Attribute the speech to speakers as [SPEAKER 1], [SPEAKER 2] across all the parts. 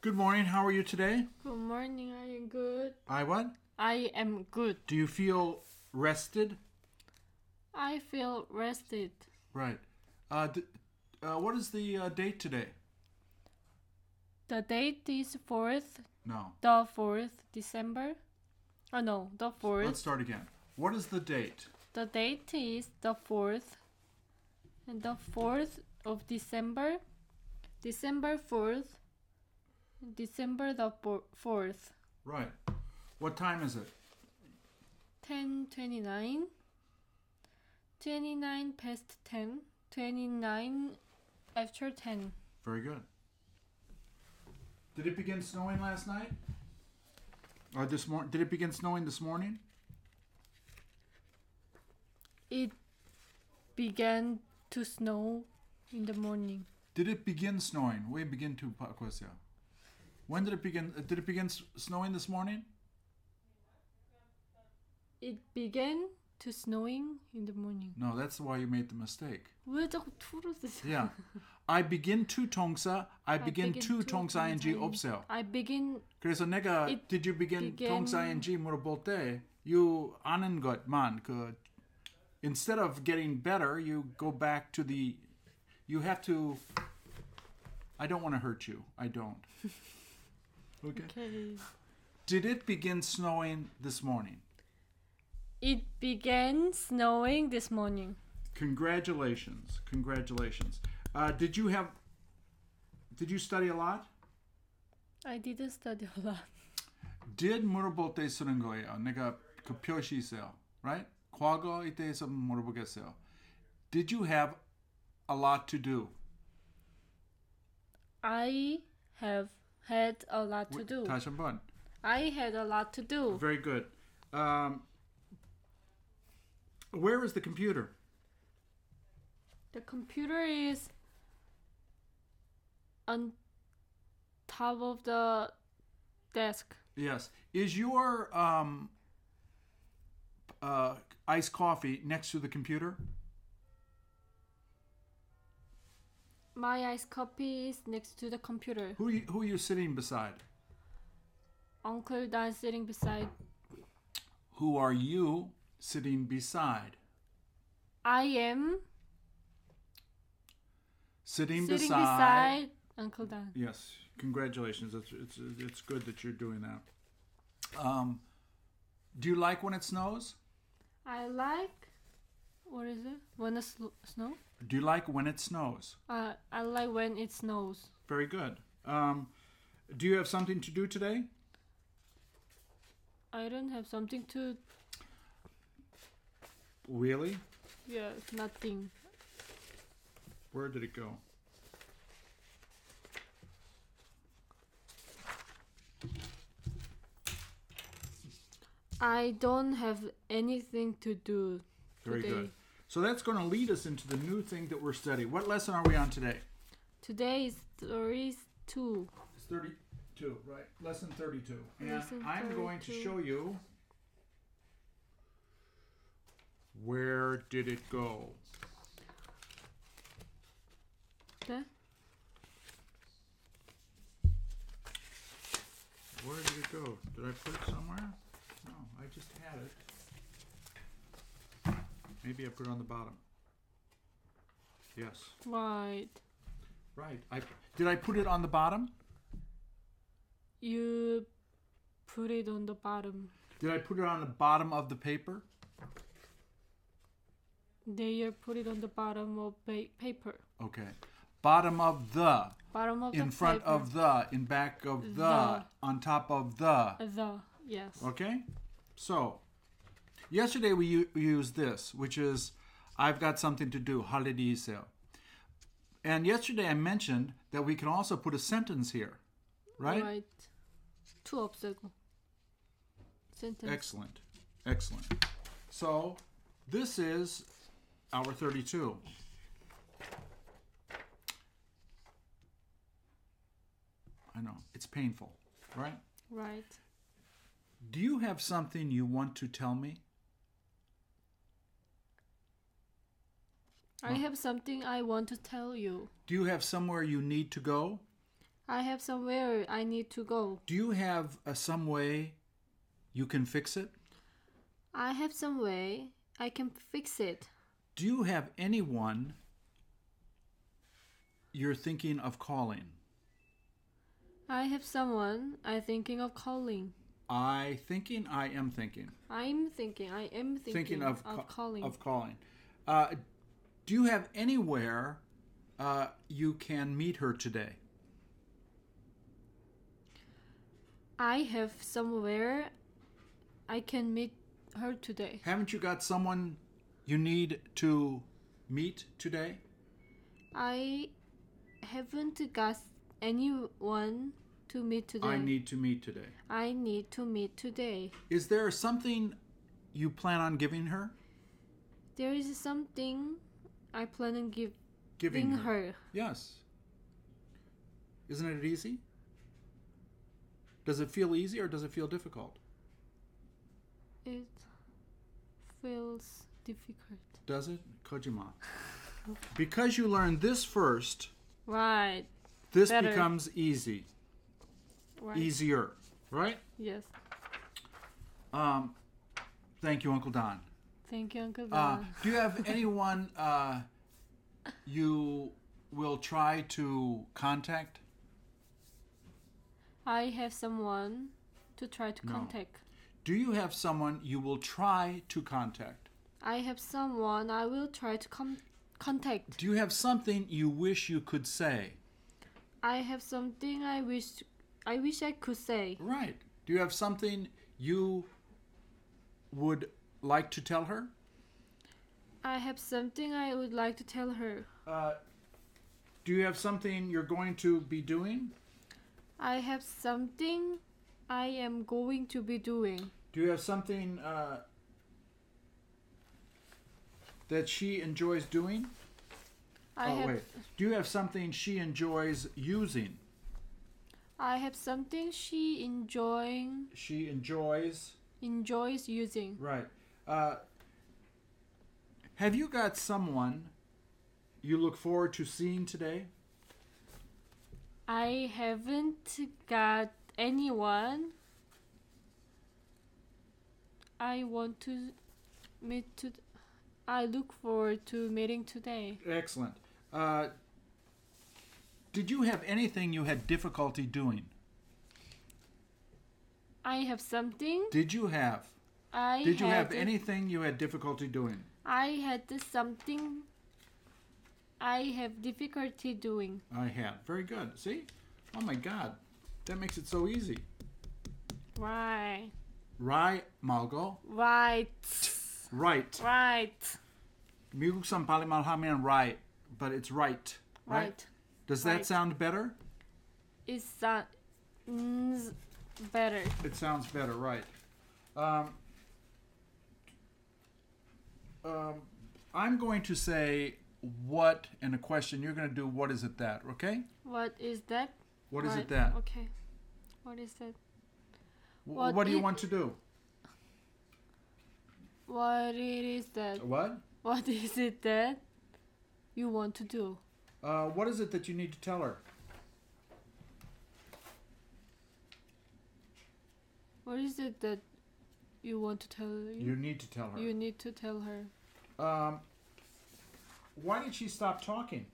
[SPEAKER 1] Good morning. How are you today?
[SPEAKER 2] Good morning. Are you good?
[SPEAKER 1] I what?
[SPEAKER 2] I am good.
[SPEAKER 1] Do you feel rested?
[SPEAKER 2] I feel rested.
[SPEAKER 1] Right. Uh, d- uh, what is the uh, date today?
[SPEAKER 2] The date is fourth,
[SPEAKER 1] No.
[SPEAKER 2] the fourth December. Oh no, the
[SPEAKER 1] Let's
[SPEAKER 2] fourth.
[SPEAKER 1] start again. What is the date?
[SPEAKER 2] The date is the fourth, and the fourth of December, December fourth, December the por- fourth,
[SPEAKER 1] Right. What time is it?
[SPEAKER 2] ten twenty nine. Twenty nine past ten. Twenty nine after ten.
[SPEAKER 1] Very good. Did it begin snowing last night? Or this morning? Did it begin snowing this morning?
[SPEAKER 2] It began to snow in the morning.
[SPEAKER 1] Did it begin snowing? We begin to question. When did it begin? uh, Did it begin s- snowing this morning?
[SPEAKER 2] It began to snowing in the morning.
[SPEAKER 1] No, that's why you made the mistake.
[SPEAKER 2] 왜 자꾸 투를 쓰세요?
[SPEAKER 1] Yeah. I begin to tongsa. I begin to tongsa
[SPEAKER 2] tongs
[SPEAKER 1] ing 없어요.
[SPEAKER 2] I begin
[SPEAKER 1] 그래서 내가
[SPEAKER 2] It
[SPEAKER 1] did you begin
[SPEAKER 2] began-
[SPEAKER 1] tongsa ing 물어볼 때 you 아는 것만 그 instead of getting better you go back to the you have to I don't want to hurt you. I don't. Okay.
[SPEAKER 2] okay.
[SPEAKER 1] Did it begin snowing this morning?
[SPEAKER 2] It began snowing this morning.
[SPEAKER 1] Congratulations. Congratulations. Uh, did you have did you study a lot?
[SPEAKER 2] I didn't study a lot.
[SPEAKER 1] did 물어볼 때 쓰는 거예요. 내가 그 표시 있어요. Right? 과거 이때에서 물어보겠어요. Did you have a lot to do?
[SPEAKER 2] I have had a lot to do.
[SPEAKER 1] 다시 한번.
[SPEAKER 2] I had a lot to do.
[SPEAKER 1] Very good. Um, where is the computer?
[SPEAKER 2] The computer is on top of the desk.
[SPEAKER 1] Yes. Is your um, uh, iced coffee next to the computer?
[SPEAKER 2] My iced coffee is next to the computer.
[SPEAKER 1] Who you, who are you sitting beside?
[SPEAKER 2] Uncle Dan sitting beside.
[SPEAKER 1] Who are you sitting beside?
[SPEAKER 2] I am
[SPEAKER 1] Sitting,
[SPEAKER 2] sitting beside Uncle Dan.
[SPEAKER 1] Yes, congratulations. It's it's it's good that you're doing that. Um, do you like when it snows?
[SPEAKER 2] I like. What is it? When it sl- snow?
[SPEAKER 1] Do you like when it snows?
[SPEAKER 2] Uh, I like when it snows.
[SPEAKER 1] Very good. Um, do you have something to do today?
[SPEAKER 2] I don't have something to.
[SPEAKER 1] Really?
[SPEAKER 2] Yeah, nothing.
[SPEAKER 1] Where did it go?
[SPEAKER 2] I don't have anything to do
[SPEAKER 1] Very
[SPEAKER 2] today.
[SPEAKER 1] good. So that's going to lead us into the new thing that we're studying. What lesson are we on today?
[SPEAKER 2] Today is stories two.
[SPEAKER 1] It's 32, right? Lesson 32. And
[SPEAKER 2] Lesson
[SPEAKER 1] I'm going to
[SPEAKER 2] 32.
[SPEAKER 1] show you where did it go?
[SPEAKER 2] 네?
[SPEAKER 1] Where did it go? Did I put it somewhere? No, I just had it. Maybe I put it on the bottom. Yes.
[SPEAKER 2] Right.
[SPEAKER 1] Right. I did I put it on the bottom?
[SPEAKER 2] You put it on the bottom.
[SPEAKER 1] Did I put it on the bottom of the paper?
[SPEAKER 2] They put it on the bottom of pa- paper.
[SPEAKER 1] Okay. Bottom of the
[SPEAKER 2] Bottom of
[SPEAKER 1] in
[SPEAKER 2] the
[SPEAKER 1] front
[SPEAKER 2] paper.
[SPEAKER 1] of the in back of the,
[SPEAKER 2] The.
[SPEAKER 1] on top of the.
[SPEAKER 2] the yes.
[SPEAKER 1] Okay? So, yesterday we, u- we used this, which is I've got something to do, holiday sale. And yesterday I mentioned that we can also put a sentence here, right?
[SPEAKER 2] Two obstacles. Sentence.
[SPEAKER 1] Excellent. Excellent. So, this is hour 32. I know, it's painful, right?
[SPEAKER 2] right.
[SPEAKER 1] Do you have something you want to tell me?
[SPEAKER 2] I have something I want to tell you.
[SPEAKER 1] Do you have somewhere you need to go?
[SPEAKER 2] I have somewhere I need to go.
[SPEAKER 1] Do you have uh, some way you can fix it?
[SPEAKER 2] I have some way I can fix it.
[SPEAKER 1] Do you have anyone you're thinking of calling?
[SPEAKER 2] I have someone I'm thinking of calling.
[SPEAKER 1] I thinking I am thinking.
[SPEAKER 2] I'm thinking, I am thinking,
[SPEAKER 1] thinking of, ca-
[SPEAKER 2] calling.
[SPEAKER 1] Of calling. Uh, do you have anywhere uh, you can meet her today?
[SPEAKER 2] I have somewhere I can meet her today.
[SPEAKER 1] Haven't you got someone you need to meet today?
[SPEAKER 2] I haven't got anyone to meet today.
[SPEAKER 1] I need to meet today.
[SPEAKER 2] I need to meet today.
[SPEAKER 1] Is there something you plan on giving her?
[SPEAKER 2] There is something I plan on giving
[SPEAKER 1] Giving her.
[SPEAKER 2] her.
[SPEAKER 1] Yes. Isn't it easy? Does it feel easy or does it feel difficult?
[SPEAKER 2] It feels difficult.
[SPEAKER 1] Does it? Kojima. Because you learned this first,
[SPEAKER 2] Right.
[SPEAKER 1] this
[SPEAKER 2] Better.
[SPEAKER 1] becomes easy,
[SPEAKER 2] Right.
[SPEAKER 1] easier, right?
[SPEAKER 2] Yes.
[SPEAKER 1] Um, thank you, Uncle Don.
[SPEAKER 2] Thank you, Uncle
[SPEAKER 1] Uh,
[SPEAKER 2] Don.
[SPEAKER 1] do you have anyone uh, you will try to contact?
[SPEAKER 2] I have someone to try to
[SPEAKER 1] No.
[SPEAKER 2] contact.
[SPEAKER 1] Do you have someone you will try to contact?
[SPEAKER 2] I have someone I will try to com- contact.
[SPEAKER 1] Do you have something you wish you could say?
[SPEAKER 2] I have something I wish I wish I could say.
[SPEAKER 1] Right. Do you have something you would like to tell her?
[SPEAKER 2] I have something I would like to tell her.
[SPEAKER 1] Uh, do you have something you're going to be doing?
[SPEAKER 2] I have something I am going to be doing.
[SPEAKER 1] Do you have something uh, that she enjoys doing?
[SPEAKER 2] I
[SPEAKER 1] oh,
[SPEAKER 2] have
[SPEAKER 1] wait. Do you have something she enjoys using?
[SPEAKER 2] I have something she enjoying
[SPEAKER 1] She enjoys.
[SPEAKER 2] enjoys using.
[SPEAKER 1] Right. Uh, have you got someone you look forward to seeing today?
[SPEAKER 2] I haven't got anyone I want to meet to I look forward to meeting today.
[SPEAKER 1] Excellent. Uh, did you have anything you had difficulty doing?
[SPEAKER 2] I have something
[SPEAKER 1] Did you have?
[SPEAKER 2] I
[SPEAKER 1] Did you have
[SPEAKER 2] had-
[SPEAKER 1] anything you had difficulty doing?
[SPEAKER 2] I had something I have difficulty doing.
[SPEAKER 1] I had. Very good. See? Oh my God. That makes it so easy.
[SPEAKER 2] Right.
[SPEAKER 1] Right, Malgo.
[SPEAKER 2] Right.
[SPEAKER 1] Right.
[SPEAKER 2] Right.
[SPEAKER 1] 미국산 발음하면 right, but it's right. Right?
[SPEAKER 2] Right.
[SPEAKER 1] Does that
[SPEAKER 2] Right.
[SPEAKER 1] sound better?
[SPEAKER 2] It sounds better.
[SPEAKER 1] It sounds better, right. Um, um, I'm going to say what and a question. You're going to do what is it that, okay?
[SPEAKER 2] What is that?
[SPEAKER 1] What is
[SPEAKER 2] Right.
[SPEAKER 1] it that?
[SPEAKER 2] Okay. What is that?
[SPEAKER 1] W-
[SPEAKER 2] What
[SPEAKER 1] what do you
[SPEAKER 2] i-
[SPEAKER 1] want to do?
[SPEAKER 2] What it is that?
[SPEAKER 1] What?
[SPEAKER 2] What is it that you want to do?
[SPEAKER 1] Uh, what is it that you need to tell her?
[SPEAKER 2] What is it that you want to tell
[SPEAKER 1] You
[SPEAKER 2] you?
[SPEAKER 1] need to tell her.
[SPEAKER 2] You need to tell her.
[SPEAKER 1] Um, why did she stop talking?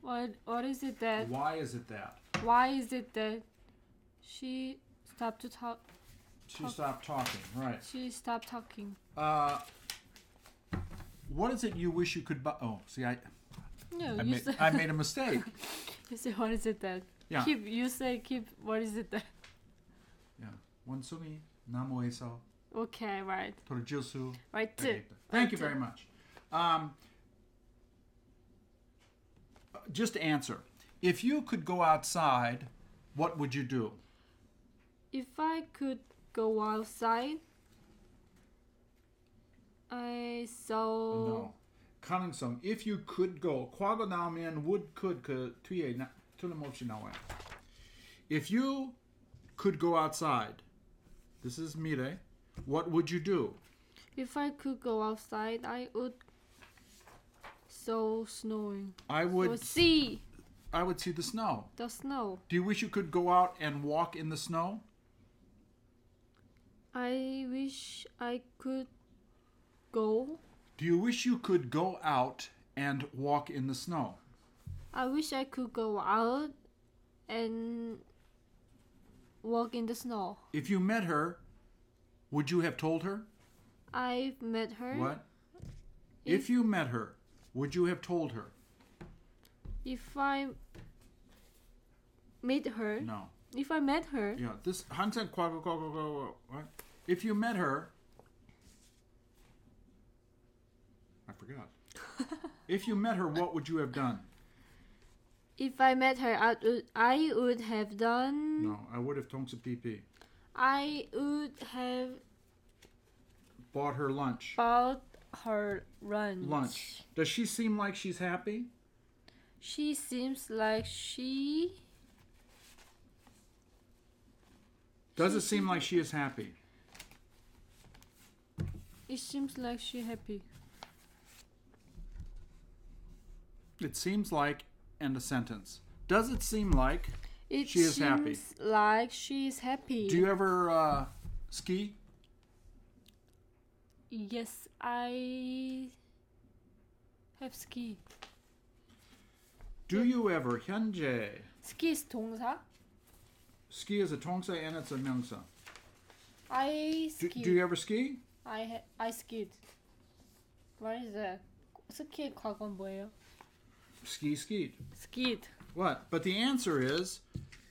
[SPEAKER 2] What what is it that
[SPEAKER 1] Why is it that
[SPEAKER 2] why is it that she stopped to talk
[SPEAKER 1] she
[SPEAKER 2] Talk.
[SPEAKER 1] stopped talking? Right.
[SPEAKER 2] she stopped talking
[SPEAKER 1] Uh, what is it you wish you could buy? Oh, see, I
[SPEAKER 2] no
[SPEAKER 1] I
[SPEAKER 2] you
[SPEAKER 1] made,
[SPEAKER 2] say
[SPEAKER 1] I made a mistake.
[SPEAKER 2] you say what is it that
[SPEAKER 1] Yeah.
[SPEAKER 2] keep you say keep what is it that
[SPEAKER 1] yeah. 원숭이 나무에서
[SPEAKER 2] okay right
[SPEAKER 1] 떨어질 수
[SPEAKER 2] right
[SPEAKER 1] 있다. Thank you
[SPEAKER 2] right.
[SPEAKER 1] very much. Um, uh, just answer. If you could go outside, what would you do?
[SPEAKER 2] if I could go outside I saw
[SPEAKER 1] No. 가능성. If you could go. 과거 나오면 would could 그 뒤에 나, 틀림없이 나와요. If you could go outside. This is 미래. What would you do?
[SPEAKER 2] if I could go outside I would so snowing.
[SPEAKER 1] I
[SPEAKER 2] So
[SPEAKER 1] would
[SPEAKER 2] see
[SPEAKER 1] I would see the snow.
[SPEAKER 2] the snow.
[SPEAKER 1] Do you wish you could go out and walk in the snow?
[SPEAKER 2] I wish I could go.
[SPEAKER 1] Do you wish you could go out and walk in the snow?
[SPEAKER 2] I wish I could go out and walk in the snow.
[SPEAKER 1] If you met her, would you have told her?
[SPEAKER 2] I've met her.
[SPEAKER 1] What? If you met her, would you have told her?
[SPEAKER 2] If I meet her,
[SPEAKER 1] No.
[SPEAKER 2] if I met her,
[SPEAKER 1] Yeah, this Hansen quack quack quack, quack quack, quack. If you met her, I forgot. if you met her, what would you have done?
[SPEAKER 2] if I met her, I would, I would have done.
[SPEAKER 1] No, I would have told PP.
[SPEAKER 2] I would have
[SPEAKER 1] Bought her lunch.
[SPEAKER 2] bought her lunch.
[SPEAKER 1] Lunch. Does she seem like she's happy?
[SPEAKER 2] She seems like she
[SPEAKER 1] Does it seem like she is happy?
[SPEAKER 2] it seems like she happy.
[SPEAKER 1] It seems like, and a sentence. Does it seem like?
[SPEAKER 2] It
[SPEAKER 1] She is
[SPEAKER 2] seems
[SPEAKER 1] happy.
[SPEAKER 2] like she is happy.
[SPEAKER 1] Do you ever uh, ski?
[SPEAKER 2] yes, I have ski.
[SPEAKER 1] Do you ever 현재?
[SPEAKER 2] Ski is 동사.
[SPEAKER 1] Ski is a tongsa and it's a myungsa.
[SPEAKER 2] I
[SPEAKER 1] Do,
[SPEAKER 2] ski.
[SPEAKER 1] do you ever ski?
[SPEAKER 2] I ha- I skied. What is that? 스키의 과거 뭐예요?
[SPEAKER 1] Ski skied.
[SPEAKER 2] Skied.
[SPEAKER 1] What? But the answer is,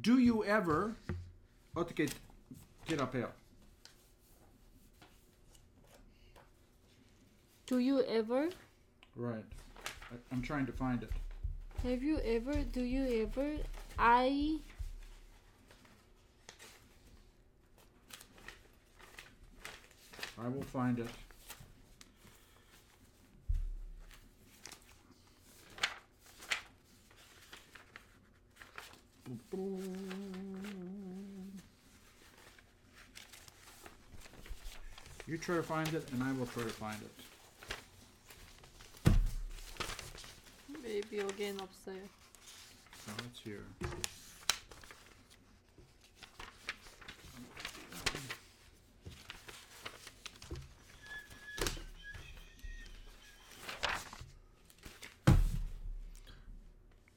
[SPEAKER 1] do you ever? oh, 어떻게 대답해요?
[SPEAKER 2] Do you ever?
[SPEAKER 1] Right. I, I'm trying to find it.
[SPEAKER 2] Have you ever? Do you ever? I.
[SPEAKER 1] I will find it. You try to find it, and I will try to find it.
[SPEAKER 2] Maybe 여기엔 없어요.
[SPEAKER 1] So it's here.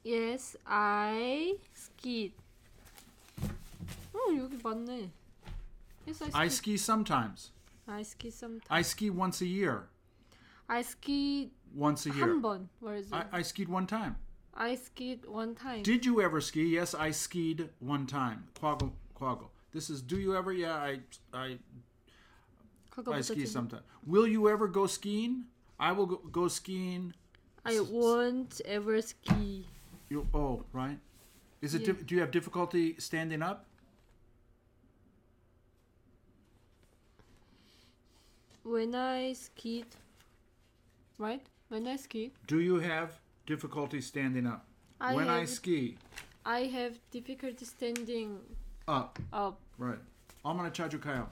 [SPEAKER 2] Yes, I skied. 어 여기 맞네. Yes, I skied.
[SPEAKER 1] I ski sometimes.
[SPEAKER 2] I ski sometimes.
[SPEAKER 1] I ski once a year.
[SPEAKER 2] I skied
[SPEAKER 1] Once a
[SPEAKER 2] 한
[SPEAKER 1] year.
[SPEAKER 2] 번. Where is it?
[SPEAKER 1] I,
[SPEAKER 2] I,
[SPEAKER 1] I skied one time.
[SPEAKER 2] skied one time.
[SPEAKER 1] Did you ever ski? Yes, I skied one time. Quaggle, quaggle. This is. Do you ever? Yeah, I, I, I
[SPEAKER 2] 과거부터
[SPEAKER 1] ski
[SPEAKER 2] 지금.
[SPEAKER 1] sometime. Will you ever go skiing? I will go, go skiing.
[SPEAKER 2] I won't ever ski.
[SPEAKER 1] You. Oh, right. Is it?
[SPEAKER 2] Yeah.
[SPEAKER 1] dif- do you have difficulty standing up?
[SPEAKER 2] When I skied, right? When I ski,
[SPEAKER 1] Do you have difficulty standing up?
[SPEAKER 2] I
[SPEAKER 1] when I
[SPEAKER 2] have-
[SPEAKER 1] ski
[SPEAKER 2] I have difficulty standing
[SPEAKER 1] up,
[SPEAKER 2] up.
[SPEAKER 1] right. I'm gonna charge you kayo.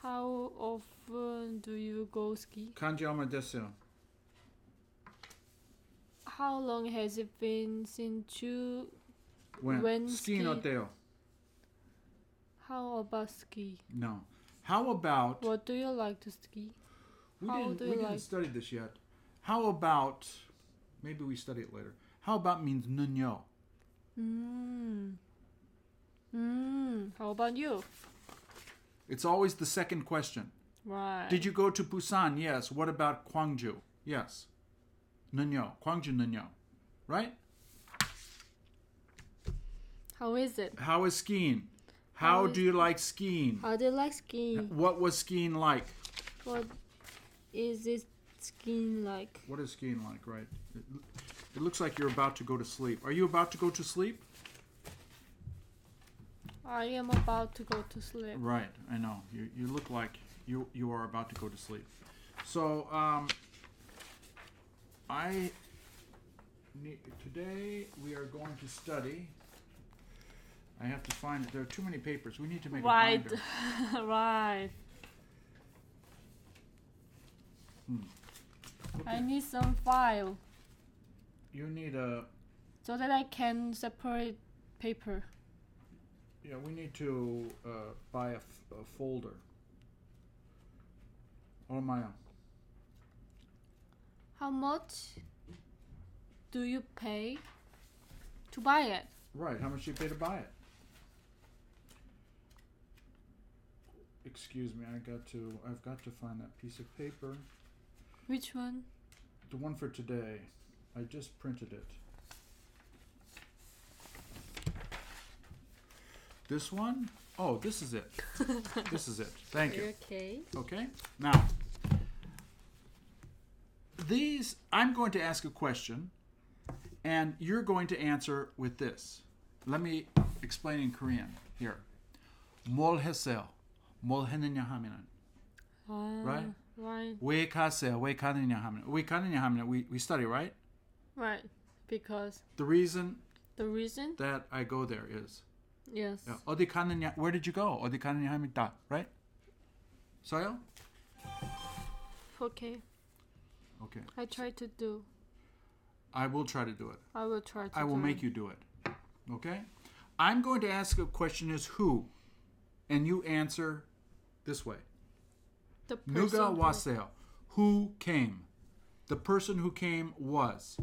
[SPEAKER 2] How often do you go ski?
[SPEAKER 1] Kanji amadesu.
[SPEAKER 2] How long has it been since you?
[SPEAKER 1] When,
[SPEAKER 2] When
[SPEAKER 1] skiing
[SPEAKER 2] ski-
[SPEAKER 1] oteo.
[SPEAKER 2] How about ski?
[SPEAKER 1] No. How about
[SPEAKER 2] What do you like to ski?
[SPEAKER 1] We
[SPEAKER 2] How
[SPEAKER 1] didn't,
[SPEAKER 2] do
[SPEAKER 1] we
[SPEAKER 2] you
[SPEAKER 1] didn't
[SPEAKER 2] like-
[SPEAKER 1] study this yet. How about maybe we study it later? How about means nunyo?
[SPEAKER 2] Mm. Mm. How about you?
[SPEAKER 1] It's always the second question.
[SPEAKER 2] Right.
[SPEAKER 1] Did you go to Busan? Yes. What about Gwangju? Yes. Nunyo. Gwangju nunyo. Right?
[SPEAKER 2] How is it?
[SPEAKER 1] How is skiing? How
[SPEAKER 2] How
[SPEAKER 1] do you like skiing?
[SPEAKER 2] How do you like skiing?
[SPEAKER 1] What was skiing like?
[SPEAKER 2] What is this skiing like?
[SPEAKER 1] What is skiing like, right? It, it looks like you're about to go to sleep. Are you about to go to sleep?
[SPEAKER 2] I am about to go to sleep.
[SPEAKER 1] Right, I know. You, you look like you, you are about to go to sleep. So, um, I need, today we are going to study. I have to find, there are too many papers. We need to make a
[SPEAKER 2] Right,
[SPEAKER 1] binder. Hmm.
[SPEAKER 2] right. I need some file
[SPEAKER 1] You need a.
[SPEAKER 2] so that I can separate paper.
[SPEAKER 1] Yeah, we need to uh, buy a, f- a folder. On my own.
[SPEAKER 2] How much do you pay to buy it?
[SPEAKER 1] Right. How much do you pay to buy it? Excuse me. I got to. I've got to find that piece of paper.
[SPEAKER 2] Which one?
[SPEAKER 1] The one for today. I just printed it. This one? Oh, this is it. this is it. Thank you.
[SPEAKER 2] Okay.
[SPEAKER 1] Okay. Now, these, I'm going to ask a question, and you're going to answer with this. Let me explain in Korean here. 뭘 했어요? 뭘 했느냐 하면은
[SPEAKER 2] Ah,
[SPEAKER 1] Right.
[SPEAKER 2] Right.
[SPEAKER 1] 왜 가세요? 왜 가느냐 하면 왜 가느냐 하면 we, we study, right?
[SPEAKER 2] Right. Because
[SPEAKER 1] The reason
[SPEAKER 2] the reason.
[SPEAKER 1] that I go there is
[SPEAKER 2] Yes.
[SPEAKER 1] yeah, 어디 가느냐, where did you go? 어디 가느냐 하면 다, right? 써요?
[SPEAKER 2] Okay.
[SPEAKER 1] Okay.
[SPEAKER 2] I try to do.
[SPEAKER 1] I will try to do it.
[SPEAKER 2] I will try to.
[SPEAKER 1] I will
[SPEAKER 2] do
[SPEAKER 1] make you do it. Okay? I'm going to ask a question is who? And you answer this way.
[SPEAKER 2] The person
[SPEAKER 1] Nuga
[SPEAKER 2] who-
[SPEAKER 1] waseo. Who came? The person who came was.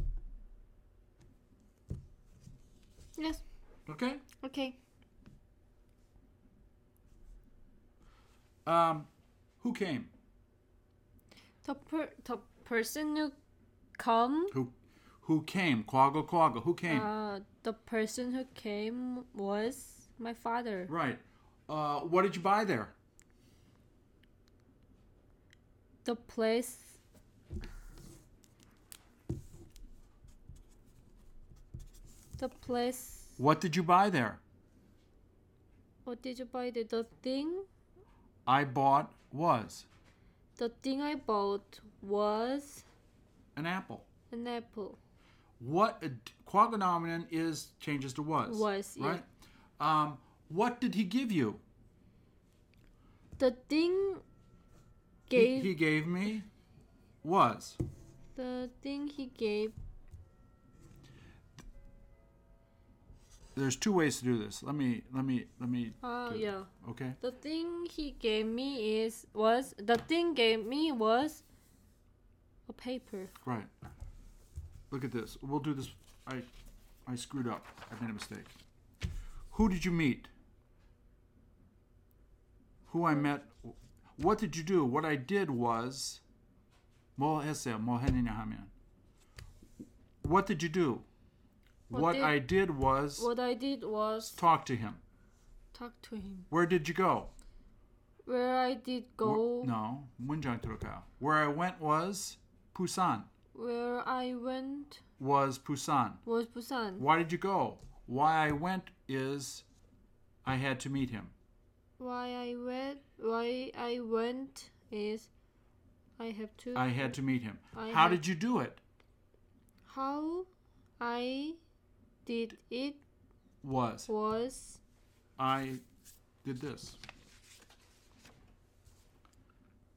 [SPEAKER 2] Yes.
[SPEAKER 1] Okay?
[SPEAKER 2] Okay.
[SPEAKER 1] Um who came?
[SPEAKER 2] The per the person who come.
[SPEAKER 1] Who who came? Quaggle quaggle. Who came?
[SPEAKER 2] Uh, the person who came was my father.
[SPEAKER 1] right. Uh what did you buy there?
[SPEAKER 2] The place. The place.
[SPEAKER 1] What did you buy there?
[SPEAKER 2] What did you buy? The, the thing.
[SPEAKER 1] I bought was
[SPEAKER 2] The thing I bought was
[SPEAKER 1] an apple.
[SPEAKER 2] an apple.
[SPEAKER 1] What a quagonominon is changes to was.
[SPEAKER 2] Was, yeah.
[SPEAKER 1] right? Um what did he give you?
[SPEAKER 2] The thing
[SPEAKER 1] he,
[SPEAKER 2] gave
[SPEAKER 1] he gave me was
[SPEAKER 2] the thing he gave.
[SPEAKER 1] there's two ways to do this let me let me let me
[SPEAKER 2] Ah,
[SPEAKER 1] do it,
[SPEAKER 2] yeah.
[SPEAKER 1] okay
[SPEAKER 2] The thing he gave me is was the thing gave me was a paper.
[SPEAKER 1] right look at this we'll do this i i screwed up i made a mistake who did you meet who i met what did you do what i did was 뭐 했어요? 뭐 했느냐 하면. what did you do
[SPEAKER 2] What
[SPEAKER 1] what,
[SPEAKER 2] did-
[SPEAKER 1] i did was
[SPEAKER 2] What I did was
[SPEAKER 1] talk to him
[SPEAKER 2] talk to him.
[SPEAKER 1] where did you go
[SPEAKER 2] Where I did go.
[SPEAKER 1] Wh- No, 문장 들어가요. Where I went was Busan.
[SPEAKER 2] Where I went
[SPEAKER 1] Was Busan.
[SPEAKER 2] was Busan.
[SPEAKER 1] Why did you go? Why I went is I had to meet him.
[SPEAKER 2] Why I went? Why I went is I have to.
[SPEAKER 1] I had to meet him.
[SPEAKER 2] I
[SPEAKER 1] How did
[SPEAKER 2] had-
[SPEAKER 1] you do it?
[SPEAKER 2] How I did it
[SPEAKER 1] Was
[SPEAKER 2] was
[SPEAKER 1] I did this.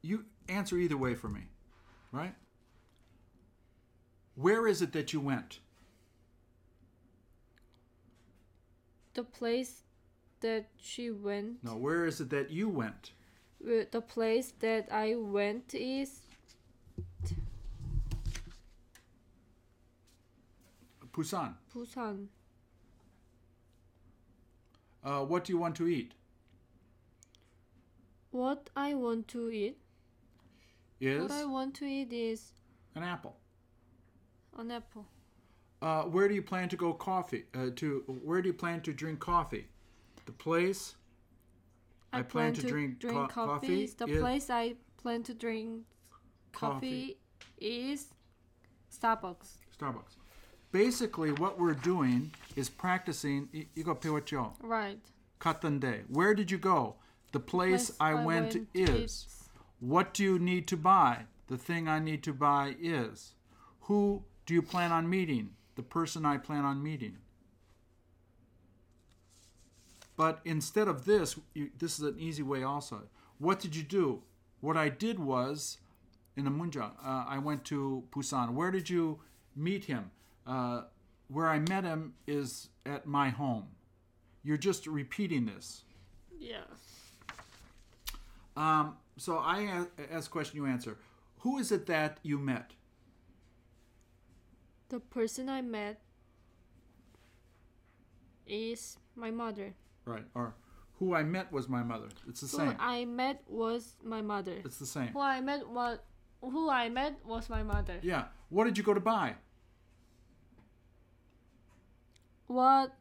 [SPEAKER 1] You answer either way for me, right? Where is it that you went?
[SPEAKER 2] the place that she went.
[SPEAKER 1] No, where is it that you went?
[SPEAKER 2] Where The place that I went is
[SPEAKER 1] Busan.
[SPEAKER 2] Busan.
[SPEAKER 1] Uh, what do you want to eat?
[SPEAKER 2] What I want to eat.
[SPEAKER 1] Is
[SPEAKER 2] What I want to eat is
[SPEAKER 1] an apple.
[SPEAKER 2] an apple.
[SPEAKER 1] Uh, where do you plan to go coffee? Uh, to where do you plan to drink coffee? The place I plan to drink co- coffee
[SPEAKER 2] is- The
[SPEAKER 1] is-
[SPEAKER 2] place I plan to drink coffee,
[SPEAKER 1] Coffee.
[SPEAKER 2] is Starbucks.
[SPEAKER 1] Starbucks. Basically, what we're doing is practicing. y- You go pay what you
[SPEAKER 2] Right.
[SPEAKER 1] Cotton day. Where did you go? The place, I, went, is. What do you need to buy? The thing I need to buy is. Who do you plan on meeting? The person I plan on meeting. But instead of this, you, this is an easy way also. What did you do? What I did was, in the Munja. Uh, I went to Busan. Where did you meet him? Uh, where I met him is at my home. You're just repeating this.
[SPEAKER 2] Yeah.
[SPEAKER 1] Um, so I a- ask question, you answer. Who is it that you met?
[SPEAKER 2] The person I met is my mother.
[SPEAKER 1] Right. Or who I met was my mother. It's the
[SPEAKER 2] Who
[SPEAKER 1] same.
[SPEAKER 2] I met was my mother.
[SPEAKER 1] it's the same.
[SPEAKER 2] Who I met was who I met was my mother.
[SPEAKER 1] Yeah. What did you go to buy?
[SPEAKER 2] What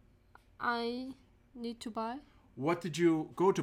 [SPEAKER 2] I need to buy?
[SPEAKER 1] What did you go to